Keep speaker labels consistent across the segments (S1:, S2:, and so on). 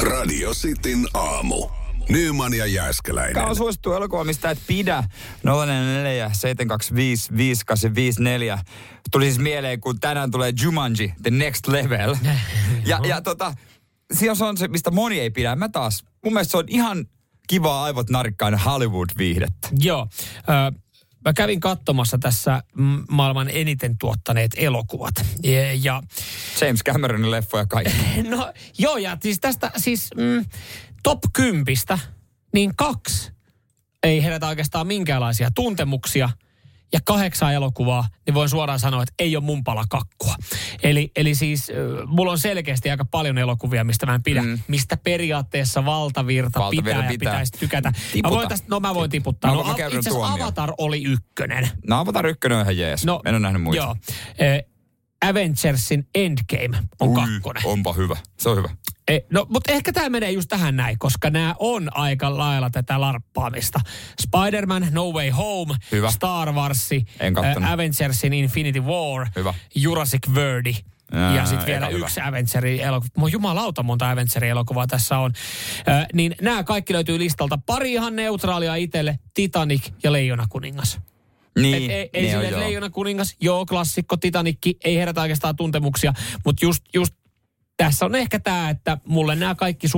S1: Radio Cityn aamu. Nyman ja Jääskeläinen.
S2: Mikä on suosittu elokuva, mistä et pidä? 044 725 5854. Tuli siis mieleen, kun tänään tulee Jumanji, The Next Level. ja, ja tota, siinä se on se, mistä moni ei pidä. Mä taas, mun mielestä se on ihan kivaa aivot narikkaan Hollywood-viihdettä.
S3: Joo. Ö, mä kävin katsomassa tässä mm, maailman eniten tuottaneet elokuvat. Ja, ja
S2: James Cameronin leffoja kaikki.
S3: no, joo, ja siis tästä siis mm, top kympistä, niin kaksi ei herätä oikeastaan minkäänlaisia tuntemuksia. Ja kahdeksan elokuvaa, niin voin suoraan sanoa, että ei ole mun pala kakkua. Eli, eli siis ö, mulla on selkeästi aika paljon elokuvia, mistä mä en pidä. Mm. Mistä periaatteessa valtavirta,
S2: Valtavirta
S3: valtavirta pitää,
S2: pitää.
S3: ja pitäisi tykätä.
S2: Tiputa.
S3: Mä voin tästä, no mä voin tiputtaa.
S2: Mä
S3: No,
S2: voin- mä
S3: a-
S2: käyn
S3: itse asiassa
S2: tuomion.
S3: Avatar oli ykkönen.
S2: No Avatar 1 on ihan jees. No, en ole nähnyt muita.
S3: Joo. Eh, Avengersin Endgame on Ui, kakkonen.
S2: onpa hyvä. Se on hyvä.
S3: Eh, no, mutta ehkä tämä menee just tähän näin, koska nämä on aika lailla tätä larppaamista. Spider-Man, No Way Home,
S2: Hyvä.
S3: Star Wars,
S2: En kattonut.
S3: eh, Avengersin Infinity War,
S2: Hyvä.
S3: Jurassic Worldi.
S2: Ää,
S3: Ja sitten vielä
S2: eka hyvä.
S3: yksi Avengerin elokuva. Mun jumalauta monta Avengerin elokuvaa tässä on. Ö, niin nämä kaikki löytyy listalta. Pari ihan neutraalia itselle, Titanic ja Leijona kuningas.
S2: Niin,
S3: Niin, ei ei
S2: ne on
S3: silleen, että
S2: joo.
S3: Leijona kuningas, joo, klassikko, Titanikki, ei herätä oikeastaan tuntemuksia, mutta just, just tässä on ehkä tämä, että mulle nämä kaikki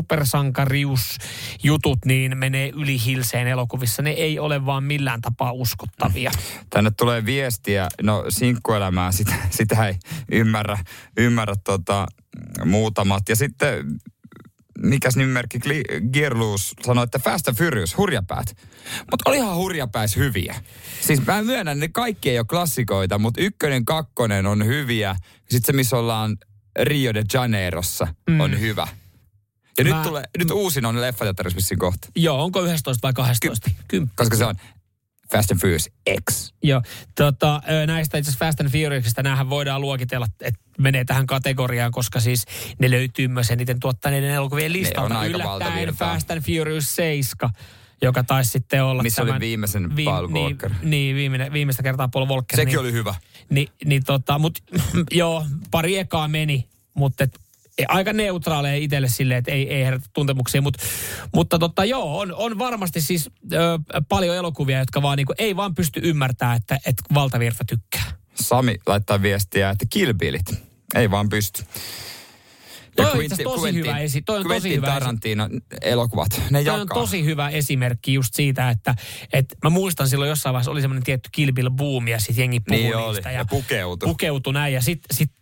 S3: supersankariusjutut niin menee yli hilseen elokuvissa. Ne ei ole vaan millään tapaa uskottavia.
S2: Tänne tulee viestiä, no sinkkuelämää, sitä, sitä ei ymmärrä, ymmärrä tota, muutamat. Ja sitten, mikäs nimimerkki Gli- Girluus sanoi, että Fast and Furious, hurjapäät. Mutta olihan hurjapäis hyviä. Siis mä myönnän, ne kaikki ei ole klassikoita, mutta ykkönen, kakkonen on hyviä. Sitten se, missä ollaan Rio de Janeirossa, mm. on hyvä. Ja mä...
S3: Mä-
S2: nyt, tulee, nyt uusin on leffateatterissa vissiin kohta,
S3: Joo, onko 11 vai 12? Kymppi.
S2: koska se on Fast and Furious X.
S3: Joo, tota, ö, näistä itse asiassa Fast and Furiousista, näähän voidaan luokitella, että menee tähän kategoriaan, koska siis ne löytyy myös eniten tuottaneiden elokuvien listalta.
S2: on aika
S3: Yllättäen
S2: valtavirtaa.
S3: Fast and Furious 7, joka taisi sitten olla
S2: Missä oli
S3: tämän,
S2: viimeisen Paul Walker.
S3: Niin, niin viimeinen, viimeistä kertaa Paul Walker.
S2: Sekin
S3: niin,
S2: oli hyvä.
S3: Niin, niin tota, mut, joo, pari ekaa meni, mutta et, e- aika neutraaleja itselle silleen, että ei, ei herätä tuntemuksia. Mut, mutta totta, joo, on, on varmasti siis ö, paljon elokuvia, jotka vaan niinku, ei vaan pysty ymmärtämään, että et valtavirta tykkää.
S2: Sami laittaa viestiä, että kilpilit. Ei vaan pysty.
S3: Toi on itse asiassa tosi hyvä esi- toi on tosi
S2: Quentin
S3: hyvä esi-
S2: Tarantino elokuvat, ne
S3: Toi
S2: jakaa.
S3: on tosi hyvä esimerkki just siitä, että, että mä muistan silloin jossain vaiheessa oli semmoinen tietty kilpil buumi ja sitten jengi puhui
S2: Niin oli,
S3: niistä.
S2: ja pukeutui.
S3: Pukeutui näin ja sitten sit,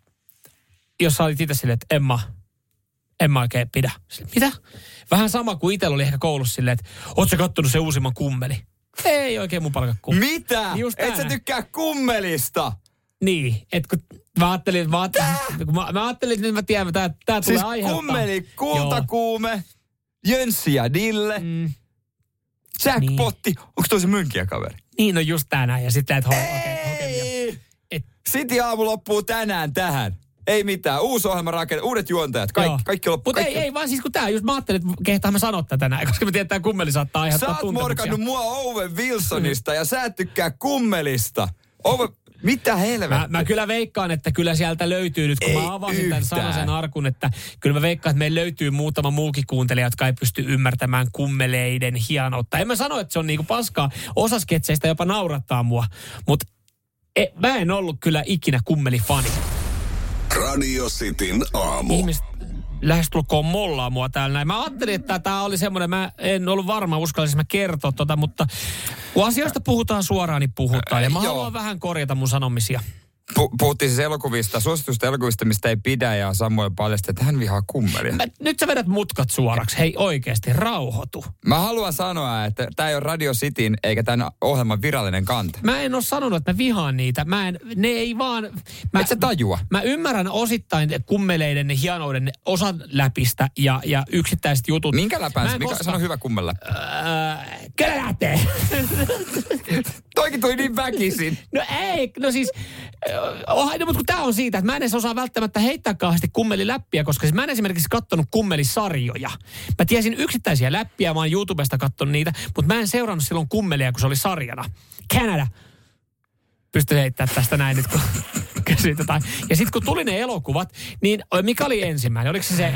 S3: jos sä olit itse silleen, että Emma, en mä oikein pidä. Sille, Mitä? Vähän sama kuin itsellä oli ehkä koulussa silleen, että oot sä kattonut se uusimman kummeli? Ei oikein mun palkka kummeli.
S2: Mitä?
S3: Niin Just
S2: Et sä
S3: näin.
S2: tykkää kummelista?
S3: Niin, että kun mä ajattelin, että mä, ajattelin, kun mä, mä ajattelin, että nyt mä tiedän, että tää, tää
S2: Siis
S3: tulee aiheuttaa.
S2: kummeli,
S3: Joo.
S2: kultakuume, Jönssi ja Dille,
S3: Mm.
S2: jackpotti. Onko toi se mönkiä kaveri?
S3: Niin, no just tää näin. Ja sitten että okei, okei, okei.
S2: Ei!
S3: Et-
S2: City aamu loppuu tänään tähän. Ei mitään. Uusi ohjelma rakenne, uudet juontajat, kaikki,
S3: Joo.
S2: kaikki loppuu.
S3: Mutta ei,
S2: kaikki-
S3: ei, vaan siis kun tää, just mä ajattelin, että kehtaan mä sanoa tätä näin, koska mä tiedän, että tää kummeli saattaa
S2: Sä
S3: aiheuttaa
S2: oot
S3: tuntemuksia.
S2: morkannut mua Owen Wilsonista ja sä et tykkää kummelista. Owe, mitä
S3: Mä,
S2: helvettiä?
S3: mä kyllä veikkaan, että kyllä sieltä löytyy nyt, kun
S2: Ei
S3: mä avasin tämän
S2: yhtään.
S3: sanasen arkun, että kyllä mä veikkaan, että meillä löytyy muutama muukin kuuntelija, jotka ei pysty ymmärtämään kummeleiden hienoutta. En mä sano, että se on niinku paskaa. Osa sketseistä jopa naurattaa mua, mutta e, mä en ollut kyllä ikinä kummelifani.
S1: Radio Cityn aamu.
S3: Ihmiset lähestulkoon mollaa mua täällä näin. Mä ajattelin, että tämä oli semmoinen, mä en ollut varma, uskallisin mä kertoa tota, mutta kun asioista puhutaan suoraan, niin puhutaan. Ja mä
S2: Äh, joo.
S3: haluan vähän korjata mun sanomisia.
S2: Pu- puhuttiin siis elokuvista, suositusta elokuvista, mistä ei pidä ja Samuel paljasti, että hän vihaa kummelia.
S3: Mä, nyt sä vedät mutkat suoraksi. Hei oikeasti, rauhoitu.
S2: Mä haluan sanoa, että tämä ei ole Radio Cityn eikä tämän ohjelman virallinen kanta.
S3: Mä en ole sanonut, että mä vihaan niitä. Mä en, ne ei vaan... Mä,
S2: Et sä tajua.
S3: Mä ymmärrän osittain kummeleiden hienouden osan läpistä ja, ja yksittäiset jutut.
S2: Minkä
S3: Mä
S2: läpän?
S3: en
S2: Mikä,
S3: koskaan-
S2: sano hyvä kummeläpä.
S3: Öö, Kyllä lähtee.
S2: Toikin tuli niin väkisin.
S3: No ei, no siis, ö, onhan, no, mutta kun tämä on siitä, että mä en edes osaa välttämättä heittää kauheasti kummeliläppiä, koska siis mä en esimerkiksi kattonut kummelisarjoja. Mä tiesin yksittäisiä läppiä, mä oon YouTubesta kattonut niitä, mutta mä en seurannut silloin kummelia, kun se oli sarjana. Canada. pysty heittämään tästä näin nyt, kun kysyit jotain. Ja sitten kun tuli ne elokuvat, niin ö, mikä oli ensimmäinen? Oliko se se äh,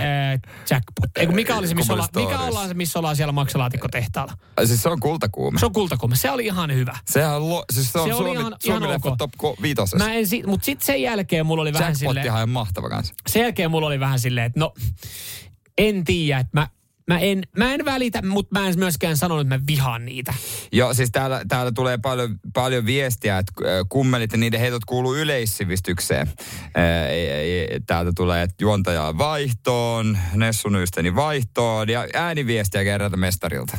S3: jackpot? Ei, kun mikä oli se, missä
S2: Comedy
S3: olla, mikä
S2: Stories.
S3: ollaan se, missä ollaan siellä maksalaatikkotehtaalla?
S2: Ai Siis se on kultakuume.
S3: Se on kultakumme. Se oli ihan hyvä.
S2: Sehän on, lo, siis se on
S3: Se
S2: se
S3: oli
S2: Suomi,
S3: ihan-
S2: Suomi
S3: ihan
S2: leffa
S3: ok.
S2: top ko- viitosessa.
S3: Mä en si- mutta sitten sen jälkeen mulla oli vähän silleen...
S2: Jackpottihan on mahtava kanssa.
S3: sen jälkeen mulla oli vähän silleen, että no, en tiedä, että mä, mä, en, mä en välitä, mutta mä en myöskään sanonut, että mä vihaan niitä.
S2: Joo, siis täällä, täällä tulee paljon, paljon viestiä, että ö, kummelit ja niiden heitot kuuluu yleissivistykseen. Äh, Ö, ei- ei- ei- e, Täältä tulee, että juontajaa vaihtoon, Nessun ystäni vaihtoon ja ääniviestiä kerralta mestarilta.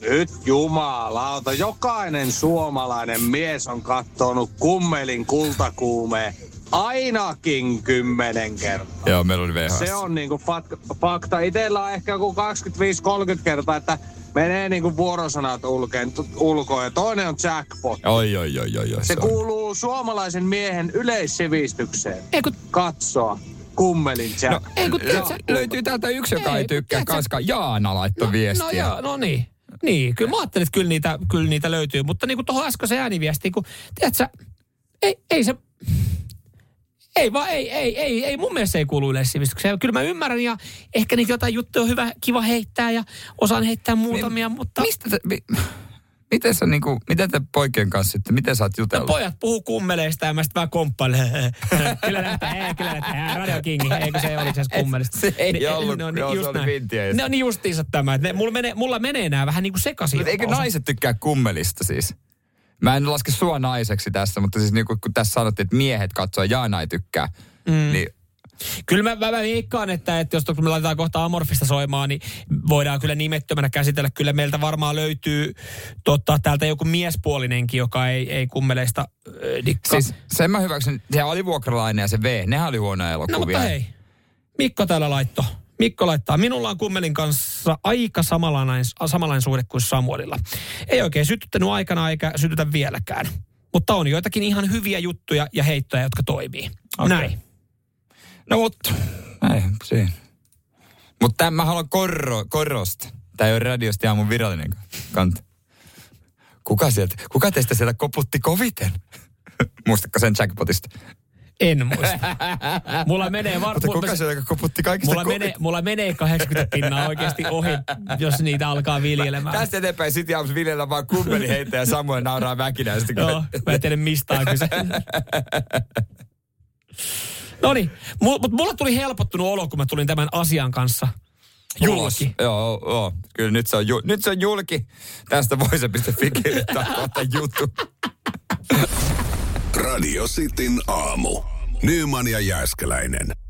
S4: Nyt jumalauta, jokainen suomalainen mies on kattonut kummelin kultakuumeen ainakin kymmenen kertaa.
S2: Joo, meillä oli VHS.
S4: Se on niinku fak- fakta. Itellä on ehkä joku 25-30 kertaa, että menee niinku vuorosanat ulkeen, t- ulkoon ja toinen on jackpot.
S2: Oi, oi, oi, oi, oi.
S4: Se
S2: on.
S4: kuuluu suomalaisen miehen yleissivistykseen.
S3: Ei kun,
S4: Katsoa kummelin
S2: No,
S4: jackpot.
S3: Ei, kun
S2: lö-
S3: tiedätkö-
S2: löytyy täältä yksi, joka ei,
S3: Ei, kun
S2: tykkää.
S3: tiedätkö-
S2: Kanska Jaana laittoi
S3: no,
S2: viestiä.
S3: no, joo, no niin. Niin, kyllä mä ajattelin, että kyllä niitä, kyllä niitä löytyy. Mutta niin kuin tuohon äskeiseen ääniviestiin, kun tiedätkö, ei, ei se... Ei vaan, ei, ei, ei, ei, mun mielestä se ei kuulu yleissivistykseen. Kyllä mä ymmärrän ja ehkä niitä jotain juttuja on hyvä, kiva heittää ja osaan heittää muutamia,
S2: Niin.
S3: mutta...
S2: Mistä te, mi, miten sä niinku, miten te poikien kanssa sitten, miten sä oot
S3: No
S2: jutellut?
S3: pojat puhuu kummeleista ja mä sitten vähän komppailen. kyllä näyttää, ei, kyllä näyttää. Radio King, eikö se oliko se edes kummelista?
S2: Se ei
S3: Niin,
S2: ollut, joo, se oli
S3: näin.
S2: vintiä just.
S3: No niin justiinsa tämä. että Ne, mulla, menee, mulla menee nämä vähän niin kuin sekaisin.
S2: Mut Eikö
S3: osa.
S2: naiset tykkää kummelista siis? Mä en laske sua naiseksi tässä, mutta siis niinku, kun tässä sanottiin, että miehet katsoo Jaana ei tykkää, mm. niin
S3: Kyllä mä, mä, mä veikkaan, että, että jos to- kun me laitetaan kohta amorfista soimaan, niin voidaan kyllä nimettömänä käsitellä. Kyllä meiltä varmaan löytyy tota, täältä joku miespuolinenkin, joka ei, ei kummeleista äh, dikkaa.
S2: siis sen mä hyväksyn, se oli vuokralainen ja se V, nehän oli huonoja elokuvia.
S3: No mutta hei, Mikko täällä laitto. Mikko laittaa, minulla on kummelin kanssa aika samanlainen, samanlainen suhde kuin Samuelilla. Ei oikein sytyttänyt aikana eikä sytytä vieläkään. Mutta on joitakin ihan hyviä juttuja ja heittoja, jotka toimii. Okay. Näin.
S2: No mutta, ei, siinä. Mutta tämän mä haluan korro, korostaa. Tämä ei ole radiosta aamun virallinen ka- kanta. Kuka, sieltä, kuka teistä sieltä koputti koviten? Muistatko sen jackpotista?
S3: En muista. Mulla menee
S2: Mutta
S3: varmaan...
S2: kuka sieltä koputti kaikista
S3: Mulla menee, mulla menee 80 pinnaa oikeasti ohi, jos niitä alkaa viljelemään.
S2: Tästä eteenpäin City Arms viljellä vaan kummeli heittää ja Samuel nauraa väkinä. Sitten, kun-
S3: Joo, mä en tiedä mistä on kyse. No niin, mutta mulla tuli helpottunut olo, kun mä tulin tämän asian kanssa
S2: Ulos.
S3: julki.
S2: Joo, joo, kyllä nyt se on, ju- nyt se on julki. Tästä voi se pistä kirjoittaa kohta juttu.
S1: Radio Cityn aamu. Nyman ja Jääskeläinen.